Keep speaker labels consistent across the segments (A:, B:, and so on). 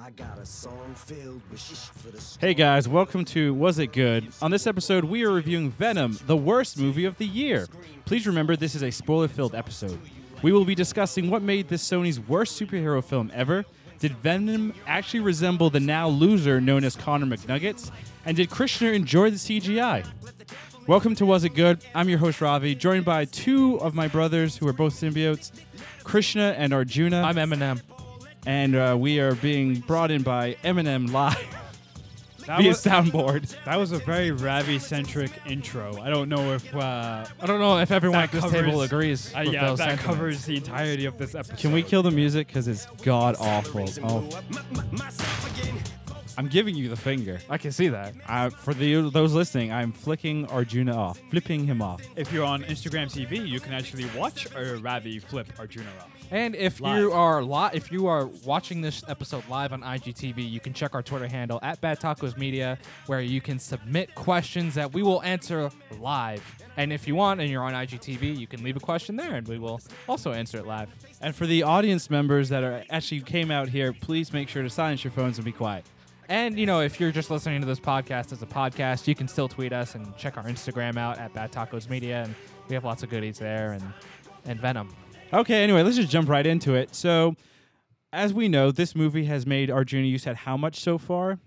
A: I got a song filled with shh for the
B: Hey guys, welcome to Was It Good? On this episode, we are reviewing Venom, the worst movie of the year. Please remember, this is a spoiler filled episode. We will be discussing what made this Sony's worst superhero film ever. Did Venom actually resemble the now loser known as Connor McNuggets? And did Krishner enjoy the CGI? Welcome to Was It Good? I'm your host, Ravi, joined by two of my brothers who are both symbiotes, Krishna and Arjuna.
C: I'm Eminem.
B: and uh, we are being brought in by Eminem Live
C: That
B: via
C: was,
B: soundboard.
C: that was a very Ravi-centric intro. I don't know if uh,
D: I don't know if everyone at
C: That
D: this table
C: covers-
D: agrees.
C: uh,
D: with
C: yeah, that
D: those sentiments.
C: covers the entirety of this episode.
B: Can we kill the music? Because it's god awful. Oh, I'm giving you the finger.
D: I can see that.
B: I, for the those listening, I'm flicking Arjuna off, flipping him off.
C: If you're on Instagram TV, you can actually watch a Ravi flip Arjuna off.
D: And if
C: Live.
D: you are li- if you are watching this episode live on IGTV, you can check our Twitter handle at Bad Tacos Media, where you can submit questions that we will answer live. And if you want, and you're on IGTV, you can leave a question there, and we will also answer it live.
B: And for the audience members that are actually came out here, please make sure to silence your phones and be quiet.
D: And you know, if you're just listening to this podcast as a podcast, you can still tweet us and check our Instagram out at Bad Tacos Media, and we have lots of goodies there and and Venom.
B: Okay, anyway, let's just jump right into it. So, as we know, this movie has made Arjuna. You said how much so far?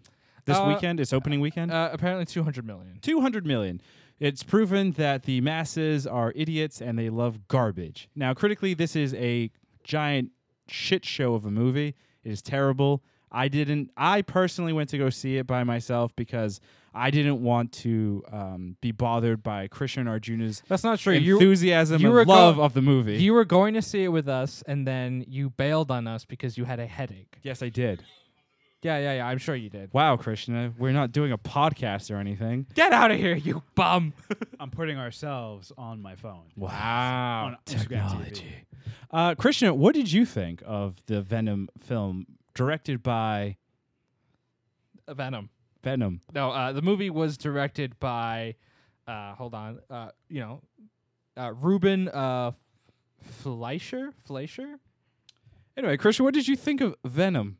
B: This
D: Uh,
B: weekend, its opening weekend.
D: Uh, apparently, 200 million.
B: 200 million. It's proven that the masses are idiots and they love garbage. Now, critically, this is a giant shit show of a movie. It is terrible. I didn't, I personally went to go see it by myself because I didn't want to um, be bothered by Christian Arjuna's
D: That's not true. You-
B: enthusiasm
D: you were
B: and love
D: go-
B: of the movie.
D: You were going to see it with us, and then you bailed on us because you had a headache.
B: yes, I did.
D: Yeah, yeah, yeah. I'm sure you did.
B: Wow, Krishna, we're not doing a podcast or anything.
D: Get out of here, you bum.
C: I'm putting ourselves on my phone.
D: Wow.
C: On Instagram TV.
B: Technology. Uh, Krishna, what did you think of the Venom film directed by
D: Venom.
B: Venom?
D: No, uh, the movie was directed by, uh, hold on, uh, you know, uh, Ruben uh, Fleischer. Fleischer.
B: Anyway, Krishna, what did you think of Venom?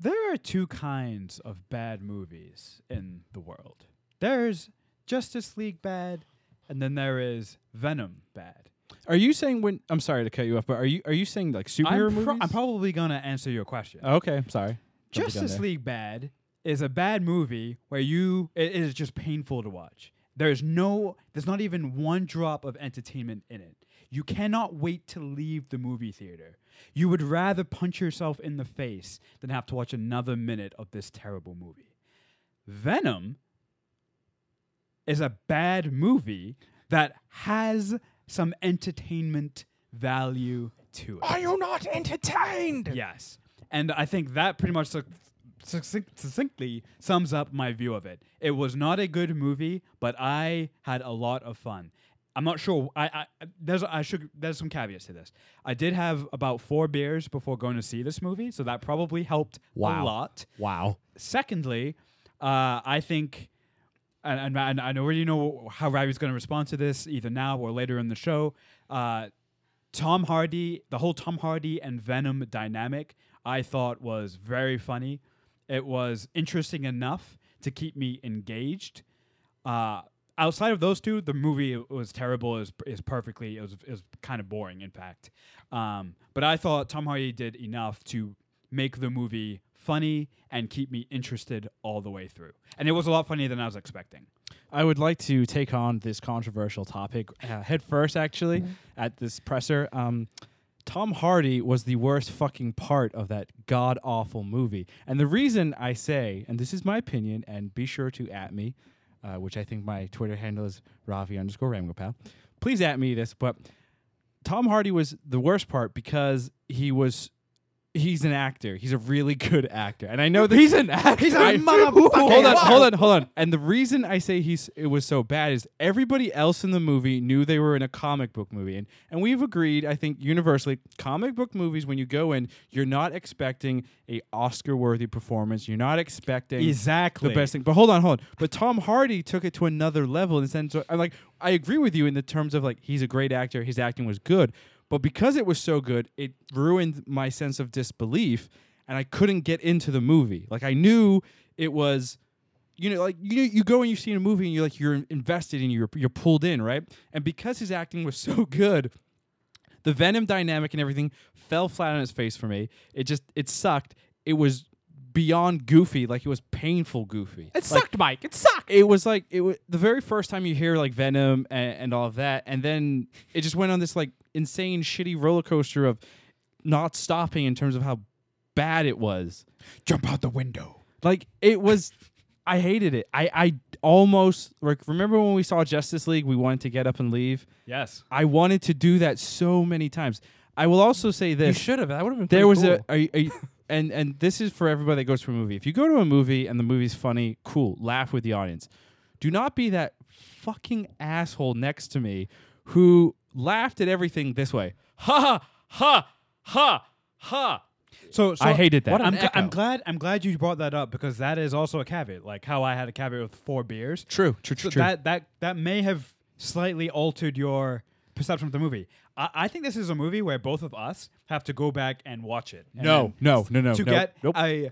C: There are two kinds of bad movies in the world. There's Justice League bad, and then there is Venom bad.
B: Are you saying when? I'm sorry to cut you off, but are you are you saying like superhero
C: I'm, pro-
B: movies?
C: I'm probably gonna answer your question.
B: oh, okay, I'm sorry. Jumped the gun
C: Justice
B: there.
C: League Bad is a bad movie where you it is just painful to watch. There's no there's not even one drop of entertainment in it. You cannot wait to leave the movie theater. You would rather punch yourself in the face than have to watch another minute of this terrible movie. Venom is a bad movie that has some entertainment value to it.
D: you not entertained?
C: Yes. And I think that pretty much suc- succinct- succinctly sums up my view of it. It was not a good movie, but I had a lot of fun. I'm not sure. I, I there's I should there's some caveats to this. I did have about four beers before going to see this movie, so that probably helped
B: Wow.
C: a lot.
B: Wow.
C: Secondly, uh, I think, and, and, and I already know how Ravi's going to respond to this, either now or later in the show. Uh, Tom Hardy, the whole Tom Hardy and Venom dynamic, I thought was very funny. It was interesting enough to keep me engaged. Uh, outside of those two, the movie was terrible. Is is perfectly. It was it was kind of boring, in fact. Um, but I thought Tom Hardy did enough to make the movie funny and keep me interested all the way through. And it was a lot funnier than I was expecting.
B: I would like to take on this controversial topic uh, head first, actually, at this presser. Um, Tom Hardy was the worst fucking part of that god awful movie. And the reason I say, and this is my opinion, and be sure to at me, uh, which I think my Twitter handle is Ravi underscore Ramgopal. Please at me this, but Tom Hardy was the worst part because he was. He's an actor. He's a really good actor, and I know that he's an actor. He's
C: a motherfucking
B: Hold on,
C: actor.
B: hold on, hold on. And the reason I say he's it was so bad is everybody else in the movie knew they were in a comic book movie, and and we've agreed, I think universally, comic book movies when you go in, you're not expecting a Oscar worthy performance. You're not expecting
C: Exactly.
B: the best thing. But hold on, hold on. But Tom Hardy took it to another level in the sense of, I'm like, I agree with you in the terms of like he's a great actor, his acting was good, but because it was so good, it ruined my sense of disbelief. and I couldn't get into the movie. Like I knew it was you know, like you you go and you see a movie and you're like you're invested and you're you're pulled in, right? And because his acting was so good, the Venom dynamic and everything fell flat on its face for me. It just it sucked. It was beyond goofy, like it was painful goofy.
D: It
B: Like,
D: sucked, Mike. It sucked.
B: it was like it was the very first time you hear like Venom and, and all of that, and then it just went on this like insane shitty roller coaster of not stopping in terms of how bad it was.
C: Jump out the window.
B: Like it was, I hated it. I I almost like remember when we saw Justice League, we wanted to get up and leave.
C: Yes.
B: I wanted to do that so many times. I will also say
D: You
B: this:
D: should have. That would have been.
B: there was
D: pretty
B: a, a, a and and this is for everybody that goes to a movie. If you go to a movie and the movie's funny, cool, laugh with the audience. Do not be that fucking asshole next to me who laughed at everything this way. Ha ha ha ha.
C: So, so
B: I hated that.
D: What an
C: I'm, gl- I'm
D: echo.
C: glad. I'm glad you brought that up because that is also a caveat. Like how I had a caveat with four beers.
B: True, true,
C: So
B: true, true.
C: that that that may have slightly altered your perception of the movie. I, I think this is a movie where both of us have to go back and watch it. and
B: No,
C: then-
B: no, no, no,
C: To
B: no,
C: get
B: nope.
C: a,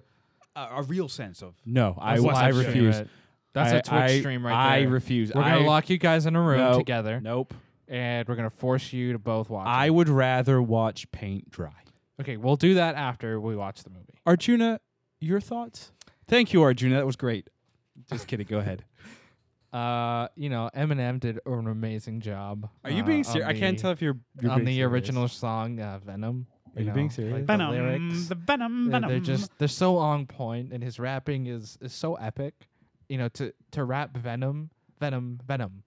C: a a real sense of
B: no, I,
C: That's
B: I
C: live stream,
B: refuse.
D: right? That's a
B: I-
D: Twitch
B: I-
D: stream right there.
B: I refuse.
D: We're gonna
B: I-
D: lock you guys in a room
B: Nope.
D: together,
B: Nope.
D: and we're gonna force you to both watch.
B: I
D: it.
B: would rather watch paint dry.
D: Okay, we'll do that after we watch the movie.
B: Arjuna, your thoughts? Thank you, Arjuna. That was great. Just kidding. Go ahead.
D: Uh, you know, Eminem did an amazing job.
B: Are you
D: uh,
B: being
D: on
B: serious? I can't
D: the-
B: tell if you're, you're
D: on
B: being
D: the
B: serious.
D: original song uh, Venom.
B: Are you being serious?
D: Like
C: venom,
D: The lyrics,
C: the venom,
D: they're,
C: venom.
D: they're just they're so on point, and his rapping is is so epic. You know, to to rap Venom, Venom, Venom,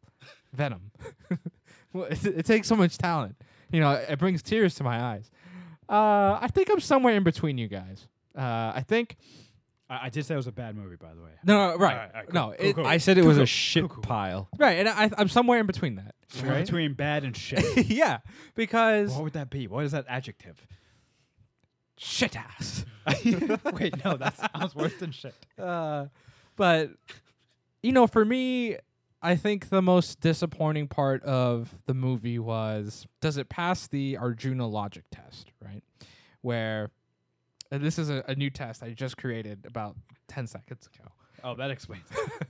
D: Venom. well, it, it takes so much talent. You know, it brings tears to my eyes. Uh, I think I'm somewhere in between you guys. Uh, I think
C: I, I did say it was a bad movie, by the way.
D: no, no right,
C: Alright, alright, cool,
D: no,
C: cool,
D: it,
C: cool.
B: I said it was a
C: Cuckoo,
B: shit
C: cuckoo.
B: pile.
D: right, and I, I'm somewhere in between that.
C: We're
D: right?
C: Between bad and shit.
D: yeah, because
C: what would that be? What is that adjective?
D: shit ass.
C: Wait, no, that sounds worse than shit.
D: Uh, but you know, for me, I think the most disappointing part of the movie was does it pass the Arjuna logic test, right? Where and this is a, a new test I just created about ten seconds ago.
C: Oh, that explains. it.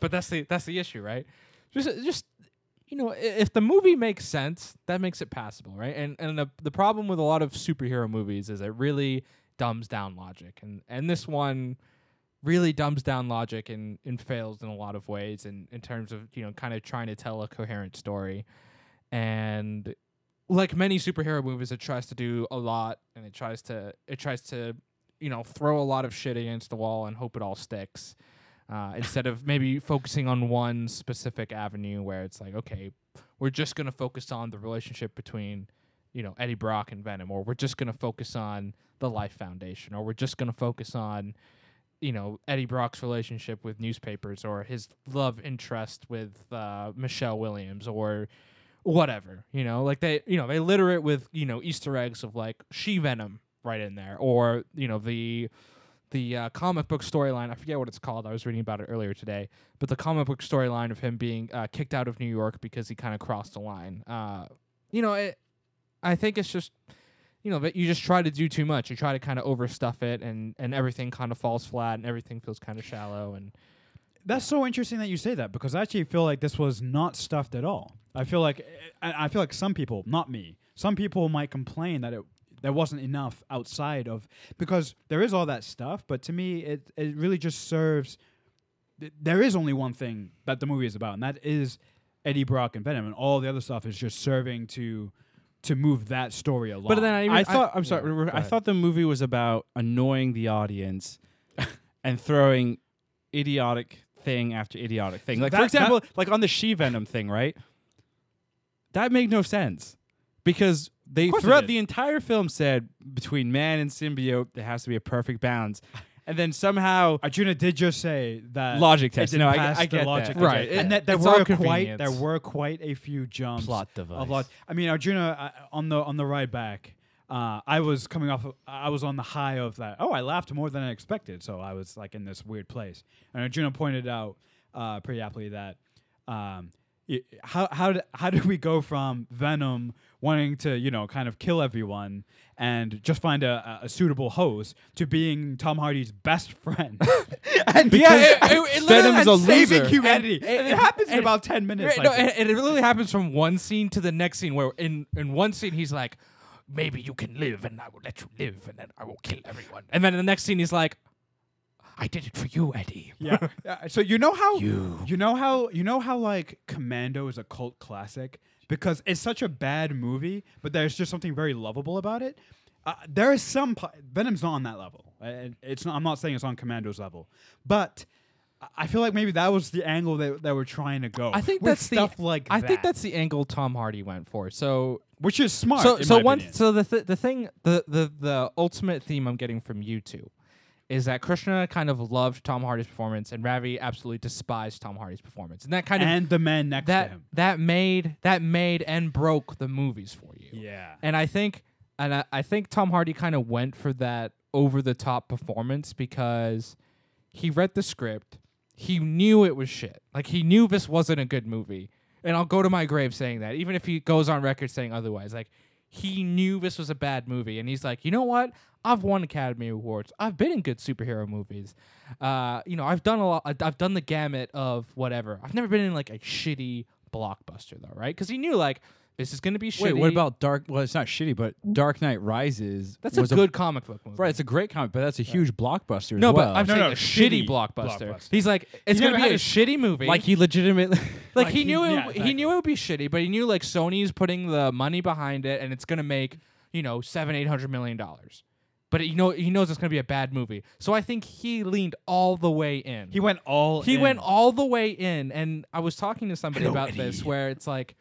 D: But that's the that's the issue, right? Just just you know, i- if the movie makes sense, that makes it passable, right? And and the the problem with a lot of superhero movies is it really dumbs down logic, and and this one really dumbs down logic and and fails in a lot of ways, in in terms of you know kind of trying to tell a coherent story, and like many superhero movies, it tries to do a lot, and it tries to it tries to you know throw a lot of shit against the wall and hope it all sticks uh, instead of maybe focusing on one specific avenue where it's like, okay, we're just going to focus on the relationship between, you know, Eddie Brock and Venom, or we're just going to focus on the Life Foundation, or we're just going to focus on, you know, Eddie Brock's relationship with newspapers, or his love interest with uh, Michelle Williams, or whatever, you know, like they, you know, they litter it with, you know, Easter eggs of like she Venom right in there, or, you know, the, the uh, comic book storyline. I forget what it's called. I was reading about it earlier today. But the comic book storyline of him being uh, kicked out of New York because he kind of crossed the line. Uh, you know, it, I think it's just, you know, that you just try to do too much. You try to kind of overstuff it, and and everything kind of falls flat, and everything feels kind of shallow. And
C: That's so interesting that you say that because I actually feel like this was not stuffed at all. I feel like I I feel like some people, not me, some people might complain that it there wasn't enough outside of because there is all that stuff, but to me it it really just serves th- there is only one thing that the movie is about and that is Eddie Brock and Venom and all the other stuff is just serving to to move that story along.
D: then I even-
B: I thought. I, am sorry.
D: yeah,
B: re-
D: go
B: I
D: ahead.
B: thought the movie was about annoying the audience and throwing idiotic thing after idiotic thing. Like
C: That-
B: for example, like on the she venom thing, right? That made no sense because they
C: course it
B: throughout
C: did.
B: the entire film said between man and symbiote there has to be a perfect balance, and then somehow
C: Arjuna did just say that
B: Logic
C: it
B: test.
C: didn't
B: No, I-
C: pass
B: I
C: the
B: get that.
C: logic
D: Right.
C: test. and
D: It-
C: that there
D: it's all
C: were quite
D: convenience.
C: there were quite a few jumps.
B: Plot
C: Of
B: device.
C: log- I mean, Arjuna uh, on the on the ride back, uh, I was coming off. Of, I was on the high of that. Oh, I laughed more than I expected, so I was like in this weird place. And Arjuna pointed out uh, pretty aptly that. Um, y- how how do, how do we go from Venom wanting to you know kind of kill everyone and just find a, a a suitable hose to being Tom Hardy's best friend and
D: Yeah, it- it- it literally-
B: Venom's a
D: and saving
B: loser.
D: humanity.
C: humanity? And, it happens in about ten minutes.
D: Right,
C: like
D: no, and, and it literally happens from one scene to the next scene where in, in one scene he's like, Maybe you can live and I will let you live and then I will kill everyone. And then in the next scene he's like, I did it for you, Eddie.
C: yeah. Yeah, So you know how
A: You.
C: you. know how you know how like Commando is a cult classic because it's such a bad movie, but there's just something very lovable about it. Uh, there is some pa- Venom's not on that level. And it's not. I'm not saying it's on Commando's level, but I- I feel like maybe that was the angle that, that we're trying to go.
D: I think
C: with
D: that's
C: stuff
D: the
C: like
D: I
C: that,
D: think that's the angle Tom Hardy went for. So
C: which is smart.
D: so
C: in
D: so
C: my
D: one
C: opinion.
D: so the th- the thing the, the the ultimate theme I'm getting from you two is that Krishna kind of loved Tom Hardy's performance and Ravi absolutely despised Tom Hardy's performance. And that kind of
C: and the man next to
D: that
C: him.
D: that made that made and broke the movies for you.
C: Yeah.
D: And I think and I, I think Tom Hardy kind of went for that over the top performance because he read the script. He knew it was shit. Like he knew this wasn't a good movie. And I'll go to my grave saying that, even if he goes on record saying otherwise. Like he knew this was a bad movie, and he's like, you know what? I've won Academy Awards. I've been in good superhero movies. Uh, you know, I've done a lot. I've- I've done the gamut of whatever. I've never been in like a shitty blockbuster though, right? Because he knew like this is gonna be shitty.
B: Wait, what about Dark? Well, it's not shitty, but Dark Knight Rises.
D: That's a
B: was
D: good comic book movie.
B: right, it's a great comic, but that's a huge blockbuster. as
D: No,
B: well.
D: but I'm
C: No,
D: saying
C: no,
D: a shitty,
C: shitty
D: blockbuster.
C: blockbuster.
D: He's like, it's
C: never
D: gonna be
C: had
D: a,
C: a sh-
D: shitty movie.
B: like he legitimately.
D: like,
C: like
D: he
C: he-
D: knew it,
C: yeah,
D: he
C: exactly.
D: knew it would be shitty, but he knew like Sony's putting the money behind it, and it's gonna make you know seven, eight hundred million dollars. But you know, he knows it's gonna be a bad movie. So I think he leaned all the way in.
C: He went all.
D: He
C: in.
D: went all the way in, and I was talking to somebody about this where it's like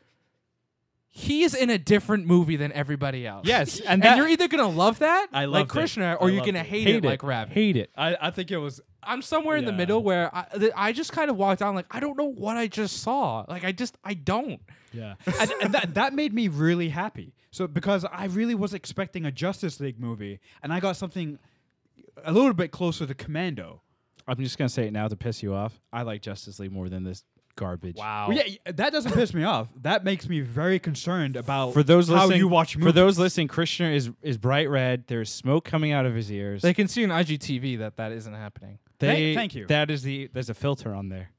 D: he is in a different movie than everybody else.
C: Yes, and
D: and,
C: that-
D: you're either gonna love that,
C: I
D: like
C: loved it.
D: Krishna,
C: I
D: or you're
C: loved
D: gonna
C: it.
D: hate,
B: hate
D: it, like Ravi.
B: Hate it.
C: I, I think it was.
D: I'm somewhere in the
C: Yeah.
D: middle where I, th- I just kind of walked down like I don't know what I just saw. Like I just I don't.
C: Yeah, and, and that, that made me really happy. So because I really was expecting a Justice League movie, and I got something a little bit closer to Commando.
B: I'm just gonna say it now to piss you off. I like Justice League more than this garbage.
D: Wow.
C: Well, yeah, y- that doesn't piss me off. That makes me very concerned about
B: For those
C: how
B: listening,
C: you watch movies.
B: for those listening, Krishna is is bright red. There's smoke coming out of his ears.
D: They can see on IGTV that that isn't happening.
C: Thank-
B: They-
C: thank you.
B: That is the there's a filter on there.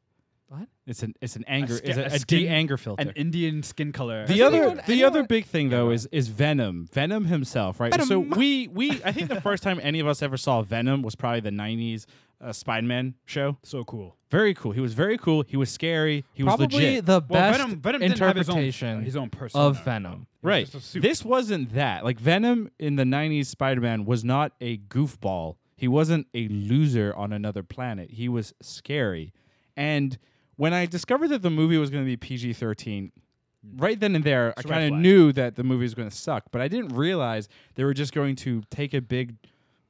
D: What?
B: It's an it's an anger
C: skin-
B: is a,
C: a
B: a
C: skin-
B: de anger filter.
C: an Indian skin color.
B: the
D: Has
B: other
D: anyone-
B: the
D: anyone-
B: other big thing though is is Venom. Venom himself, right? So
D: Venom.
B: we we I think the first time any of us ever saw Venom was probably the 90s uh, Spider-Man show.
C: so cool.
B: Very cool. He was very cool. He was scary. He was
D: Probably
B: legit.
D: the
C: Well,
D: best
C: Venom, Venom didn't have his own,
D: interpretation
C: his own persona
D: of Venom.
C: though. It
B: Right.
C: was just a suit.
B: This wasn't that. Like Venom in the 90s Spider-Man was not a goofball. He wasn't a loser on another planet. He was scary. And when I discovered that the movie was going to be PG-13, right then and there I
C: a red
B: kind of
C: flag.
B: knew that the movie was going to suck, but I didn't realize they were just going to take a big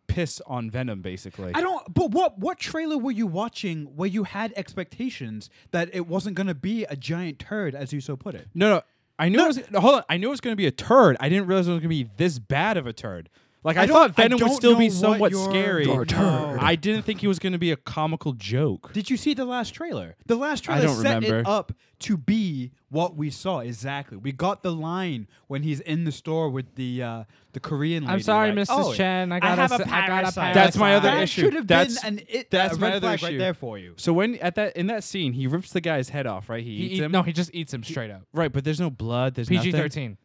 B: piss on Venom basically.
C: I don't. But what what trailer were you watching where you had expectations that it wasn't going to be a giant turd, as you so put it?
B: No, no. I knew it was no, hold on. I knew it was going to be a turd. I didn't realize it was going to be this bad of a turd. Like I,
C: I don't-
B: thought
C: I
B: Venom would
C: don't
B: still
C: know
B: be
C: what
B: somewhat
C: your-
B: scary.
C: your turd.
B: I didn't think he was going to be a comical joke.
C: Did you see the last trailer? The last trailer
B: don't
C: set it
B: remember.
C: up to be what we saw exactly. We got the line when he's in the store with the uh, the Korean.
D: I'm
C: lady,
D: sorry,
C: like,
D: Mrs.
C: "Oh,
D: Chen, I gotta
C: have a
D: s- I gotta
C: parasite."
B: That's my other
C: That
B: issue.
C: Should have
B: That's-
C: been an it,
B: that's
C: a
B: my
C: red
B: other
C: flag
B: issue.
C: right there for you.
B: So when at that in that scene he rips the guy's head off, right? He,
D: He
B: eats
D: eat-
B: him.
D: no, he just eats him straight up.
B: right, but there's no blood. There's nothing.
D: PG-13.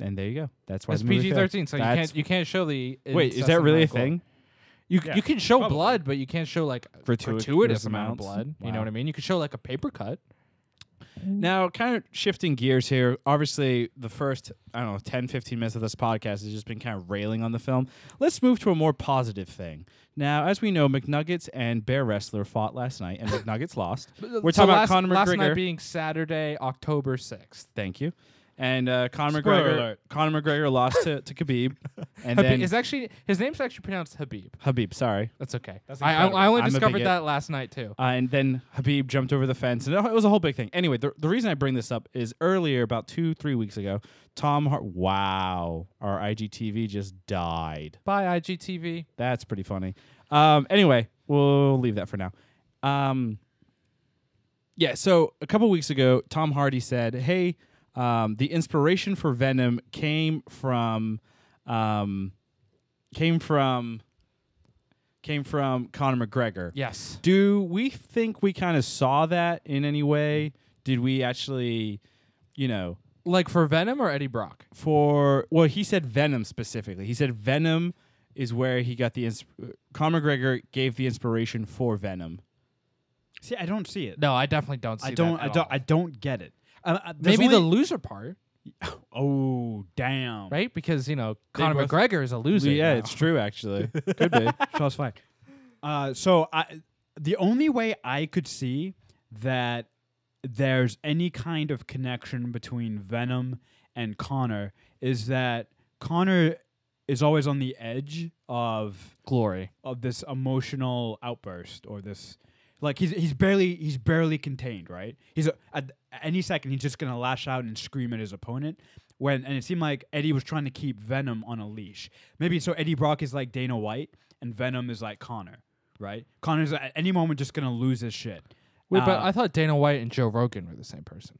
B: And there you go. That's why
D: It's
B: the movie failed.
D: PG-13, so you
B: That's-
D: can't you can't show the.
B: Wait, is
D: incessant
B: that really a
D: amount of blood.
B: thing?
D: You
C: Yeah,
D: you can show
C: probably.
D: blood, but you can't show like a
B: Gratuitous
D: gratuitous, amount of
B: amounts.
D: blood. You
B: Wow.
D: know what I mean? You could show like a paper cut.
B: Now, kind of shifting gears here. Obviously, the first, I don't know, 10, 15 minutes of this podcast has just been kind of railing on the film. Let's move to a more positive thing. Now, as we know, McNuggets and Bear Wrestler fought last night, and McNuggets lost. We're
D: uh, So
B: talking about
D: last-
B: Conor
D: last
B: McGregor.
D: night being Saturday, October sixth.
B: Thank you. And uh, Conor
C: Spoiler
B: McGregor,
C: alert.
B: Conor McGregor lost to, to Khabib, and
D: Habib
B: then
D: is actually his name's actually pronounced Habib.
B: Habib. Sorry,
D: That's okay.
C: That's
D: I, I,
C: incredible.
D: I only
B: I'm a
D: discovered
B: bigot.
D: that last night too.
B: Uh, and then Habib jumped over the fence, and it was a whole big thing. Anyway, the, the reason I bring this up is earlier, about two, three weeks ago, Tom Hart. Wow, our IGTV just died.
D: Bye IGTV.
B: That's pretty funny. Um, anyway, we'll leave that for now. Um, Yeah, so a couple weeks ago, Tom Hardy said, "Hey, um, the inspiration for Venom came from, um, came from, came from Conor McGregor."
D: Yes.
B: Do we think we kind of saw that in any way? Did we actually, you know,
D: Like for Venom or Eddie Brock?
B: for well, he said Venom specifically. He said Venom is where he got the ins- Conor McGregor gave the inspiration for Venom.
C: See, I don't see it.
D: No, I definitely don't see
C: I don't.
D: that
C: I
D: at
C: don't.
D: all.
C: I don't get it. Uh, uh, there's
D: Maybe the
C: only-
D: loser part,
C: oh damn
D: right? Because, you know, Conor
B: both-
D: McGregor is a loser.
B: yeah,
D: now.
B: it's true actually. Could be.
C: Shots fired. Uh, so I, the only way I could see that there's any kind of connection between Venom and Connor is that Connor is always on the edge of
D: glory.
C: of this emotional outburst or this like he's he's barely he's barely contained right he's a, at any second he's just gonna lash out and scream at his opponent when and it seemed like eddie was trying to keep venom on a leash maybe so eddie brock is like dana white and venom is like connor right connor's at any moment just gonna lose his shit
D: Wait, but
C: Uh,
D: I thought Dana White and Joe Rogan were the same person.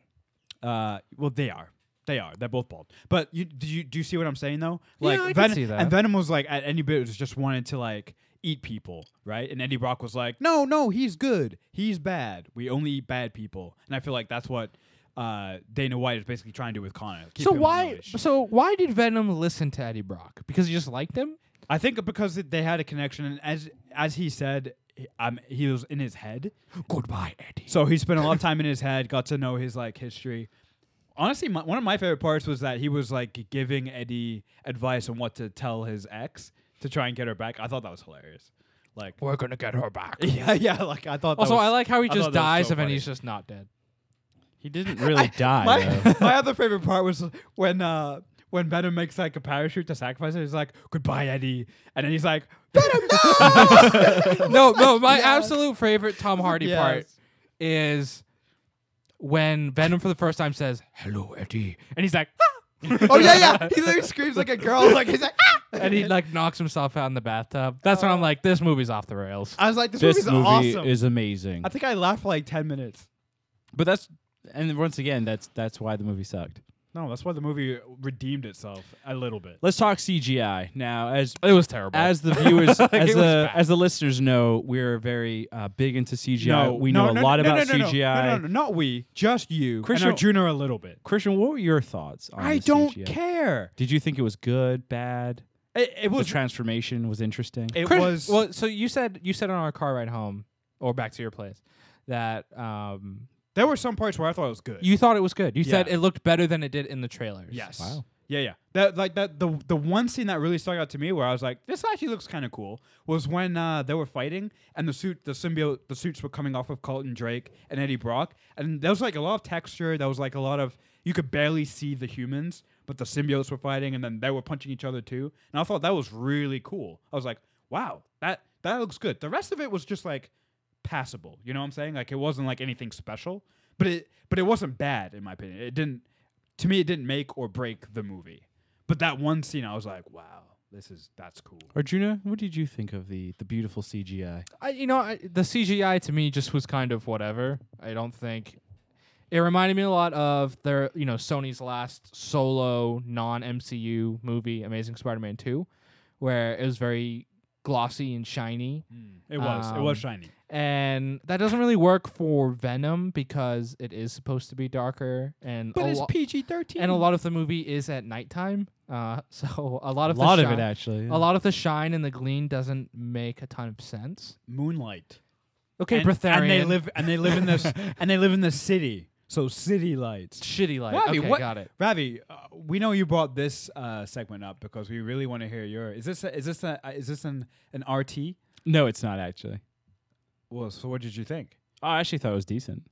C: uh, well, they are. They are. They're both bald. But you do you do you see what I'm saying though?
D: Yeah,
C: Like
D: I can
C: Venom,
D: see that.
C: and Venom was like at any bit was just wanted to like eat people, right? And Eddie Brock was like, No, no, he's good. He's bad. We only eat bad people. And I feel like that's what uh, Dana White is basically trying to do with Connor. Keep
D: so
C: him on
D: why?
C: leash.
D: So why did Venom listen to Eddie Brock? Because he just liked him.
C: I think because they had a connection, and as as he said, he- um, he was in his head.
D: Goodbye, Eddie.
C: So he spent a lot of time in his head, got to know his like history. Honestly, my, one of my favorite parts was that he was like giving Eddie advice on what to tell his ex to try and get her back. I thought that was hilarious. Like,
D: We're gonna get her back.
C: yeah, yeah. Like I thought. That
D: Also,
C: was,
D: I like how he
C: I
D: just
C: thought that was
D: dies
C: so
D: and then
C: funny.
D: he's just not dead.
B: He didn't really die. though.
C: My, my other favorite part was when uh when Venom makes like a parachute to sacrifice it. He's like, "Goodbye, Eddie," and then he's like, "Venom, no!"
D: no, no, my absolute favorite Tom Hardy
C: Yes.
D: part is when Venom for the first time says, Hello, Eddie. And he's like, "Ah!"
C: oh yeah, yeah. He literally screams like a girl. Like he's like, "Ah!"
D: and he like knocks himself out in the bathtub. That's
C: Uh,
D: when I'm like, this movie's off the rails.
C: I was like, "This,
B: this
C: movie's
B: movie
C: awesome."
B: is amazing.
C: I think I laughed for like ten minutes.
B: But that's and once again, that's that's why the movie sucked.
C: No, that's why the movie redeemed itself a little bit.
B: Let's talk CGI now. As
D: It was terrible.
B: as the viewers, as
D: it was
B: the
D: bad.
B: as the listeners know, we're very uh, big into CGI. we know a lot about
C: no, no,
B: CGI.
C: No, no, no, not we, just you
B: Christian-
C: and Arjuna a little bit.
B: Christian, what were your thoughts? on
C: I
B: the
C: don't
B: CGI?
C: care.
B: Did you think it was good, bad?
C: It, it
B: The
C: was
B: transformation was interesting.
C: it
D: Chris-
C: was
D: Well, so you said you said on our car ride home or back to your place that um,
C: there were some parts where I thought it was good.
D: you thought it was good. You said
C: Yeah.
D: it looked better than it did in the trailers.
C: yes.
B: Wow.
C: Yeah, yeah. That like that the the one scene that really stuck out to me where I was like, this actually looks kind of cool was when uh, they were fighting and the suit the symbiote the suits were coming off of Colton Drake and Eddie Brock and there was like a lot of texture, there was like a lot of you could barely see the humans, but the symbiotes were fighting and then they were punching each other too. And I thought that was really cool. I was like, wow, that that looks good. The rest of it was just like passable. You know what I'm saying? Like it wasn't like anything special, but it but it wasn't bad in my opinion. It didn't to me it didn't make or break the movie. But that one scene I was like, wow, this is that's cool.
B: Arjuna, what did you think of the the beautiful CGI?
D: I, you know, I, the CGI to me just was kind of whatever. I don't think it reminded me a lot of their, you know, Sony's last solo non MCU movie, Amazing Spider-Man Two, where it was very glossy and shiny,
C: It was it
D: Um,
C: was shiny.
D: and that doesn't really work for Venom because it is supposed to be darker and a lo-
C: PG-13.
D: and a lot of the movie is at nighttime. Uh, so a
B: A
D: lot of
B: lot
D: the
B: of it
D: shi-
B: actually. yeah.
D: a lot of the shine and the gleam doesn't make a ton of sense.
C: moonlight.
D: Okay,
C: and,
D: Breatharian.
C: and they live and they live in this and they live in the city. So city lights.
D: shitty light.
C: Ravi,
D: okay,
C: what-
D: got it.
C: Ravi, uh, we know you brought this uh, segment up because we really want to hear your. Is this a, is this a, uh, is this an an RT?
B: No, it's not actually.
C: Well, so what did you think?
B: I actually thought it was decent.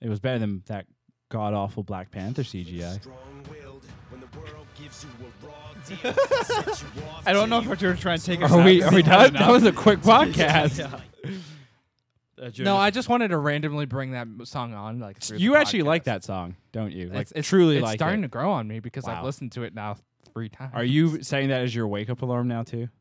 B: It was better than that god awful Black Panther CGI.
A: Strong-willed when the world gives you a raw deal, sets you off
C: I don't know
A: to
C: if
A: your
C: what you're trying to take.
B: Are we are we done? That was a quick podcast.
D: No, I just wanted to randomly bring that m- song on. Like through the
B: You actually like
D: podcast.
B: that song, don't you? Like
D: it's, it's
B: truly
D: it's
B: like
D: starting
B: it.
D: to grow on me because I've
B: Wow.
D: listened to it now three times.
B: Are you saying that as your wake up alarm now too?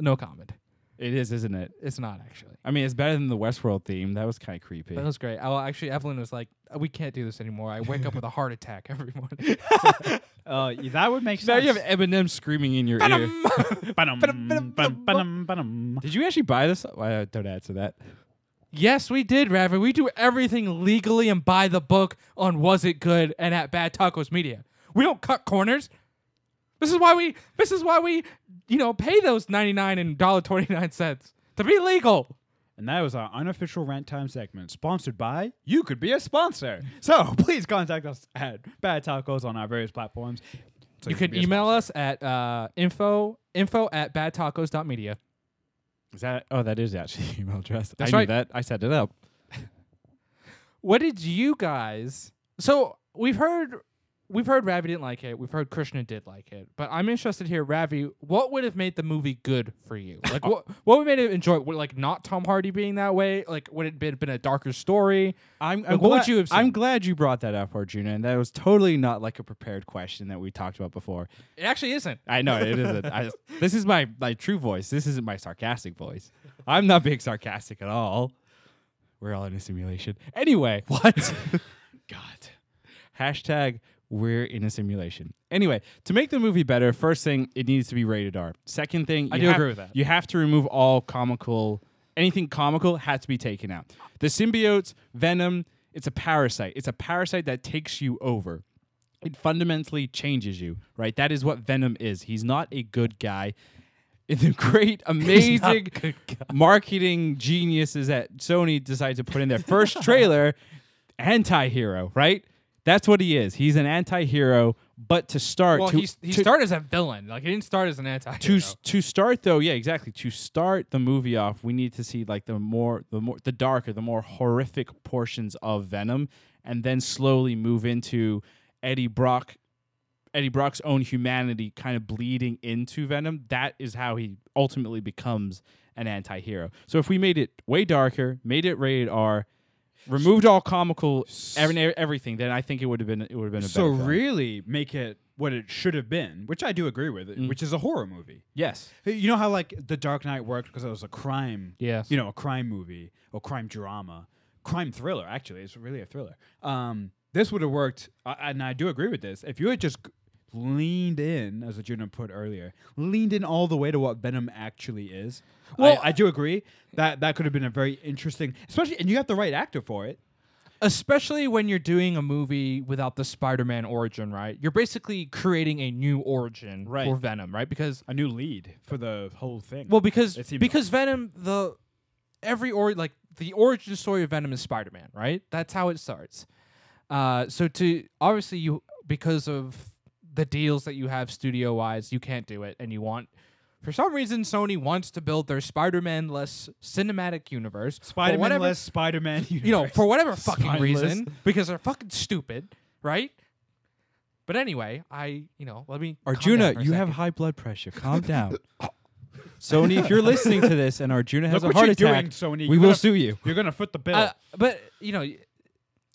D: No comment.
B: It is, isn't it?
D: It's not actually.
B: I mean, it's better than the Westworld theme. That was kind of creepy.
D: That was great. I, well, actually, Evelyn was like, "We can't do this anymore. I wake up with a heart attack every morning."
C: Uh, y- that would make
B: now
C: sense.
B: you have Eminem screaming in your ear.
C: Ba-dum, ba-dum, ba-dum, ba-dum.
B: Did you actually buy this? Uh, don't answer that.
D: yes, we did, Ravi. We do everything legally and by the book on Was It Good and at Bad Tacos Media. We don't cut corners. This is why we. This is why we, you know, pay those ninety nine and dollar twenty nine cents to be legal.
C: And that was our unofficial rant time segment, sponsored by You Could Be a Sponsor. So please contact us at Bad Tacos on our various platforms. e- So
D: you can
C: be a
D: email us at uh, info info at badtacos.media.
B: Is that? Oh, that is actually your email address. I
D: That's
B: knew
D: right.
B: that. I set it up.
D: What did you guys? So we've heard we've heard Ravi didn't like it. We've heard Krishna did like it. But I'm interested here, Ravi. What would have made the movie good for you? Like what what would made it enjoy? Would like not Tom Hardy being that way? Like would it been been a darker story?
B: I'm,
D: Like, what would you have
B: I'm
D: seen?
B: glad you brought that up, Arjuna, and that was totally not like a prepared question that we talked about before.
D: It actually isn't.
C: Uh,
B: I know it isn't. I, this is my my true voice. This isn't my sarcastic voice. I'm not being sarcastic at all. We're all in a simulation. Anyway, what? God. Hashtag we're in a simulation. Anyway, to make the movie better, first thing it needs to be rated R. Second thing,
D: I
B: you
D: do
B: have-
D: agree with that.
B: You have to remove all comical, anything comical had to be taken out. The symbiotes, venom. It's a parasite. It's a parasite that takes you over it fundamentally changes you, right? That is what Venom is. He's not a good guy. And the great, amazing marketing geniuses that Sony decided to put in their first trailer anti hero, right? That's what he is. He's an anti hero, but to start,
D: Well,
B: to,
D: he's, he
B: to-
D: started as a villain. Like he didn't start as an anti.
B: to s- to start though, yeah, exactly. To start the movie off, we need to see like the more the more the darker, the more horrific portions of Venom, and then slowly move into Eddie Brock, Eddie Brock's own humanity kind of bleeding into Venom. That is how he ultimately becomes an anti-hero. So if we made it way darker, made it rated R, removed all comical every, everything, then I think it would have been it would have been a
C: So
B: better film.
C: really make it what it should have been, which I do agree with, which is a horror movie.
B: yes.
C: Hey, You know how like The Dark Knight worked because it was a crime,
D: Yes.
C: you know, a crime movie or crime drama, crime thriller. Actually, it's really a thriller. Um, this would have worked, uh, and I do agree with this. If you had just g- leaned in, as Juno put earlier, leaned in all the way to what Venom actually is.
D: Well,
C: I, I do agree that that could have been a very interesting, especially, and you got the right actor for it.
D: especially when you're doing a movie without the Spider-Man origin, right? You're basically creating a new origin
B: Right.
D: for Venom, right? Because
C: A new lead for the whole thing.
D: well, because
C: It seems-
D: because Venom the every or like the origin story of Venom is Spider-Man, right? That's how it starts. Uh, so to obviously you because of the deals that you have studio wise, you can't do it, and you want. For some reason, Sony wants to build their Spider-Man-less cinematic universe. for
C: Spider-Man
D: whatever-
C: less Spider-Man.
D: you know, for whatever fucking
B: Spineless.
D: reason, because they're fucking stupid, right? But anyway, I, you know, let me. calm down
B: Arjuna,
D: for a
B: you have
D: second.
B: high blood pressure. Calm down. Sony, if you're listening to this and Arjuna has
C: Look
B: a
C: what
B: heart
C: you're
B: attack,
C: doing, Sony.
B: we
C: You
B: will
C: gotta-
B: sue you.
C: You're gonna foot the bill.
D: Uh, but you know,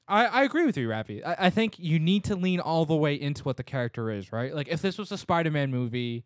D: I, I agree with you, Rappy. I, I think you need to lean all the way into what the character is, right? Like if this was a Spider-Man movie,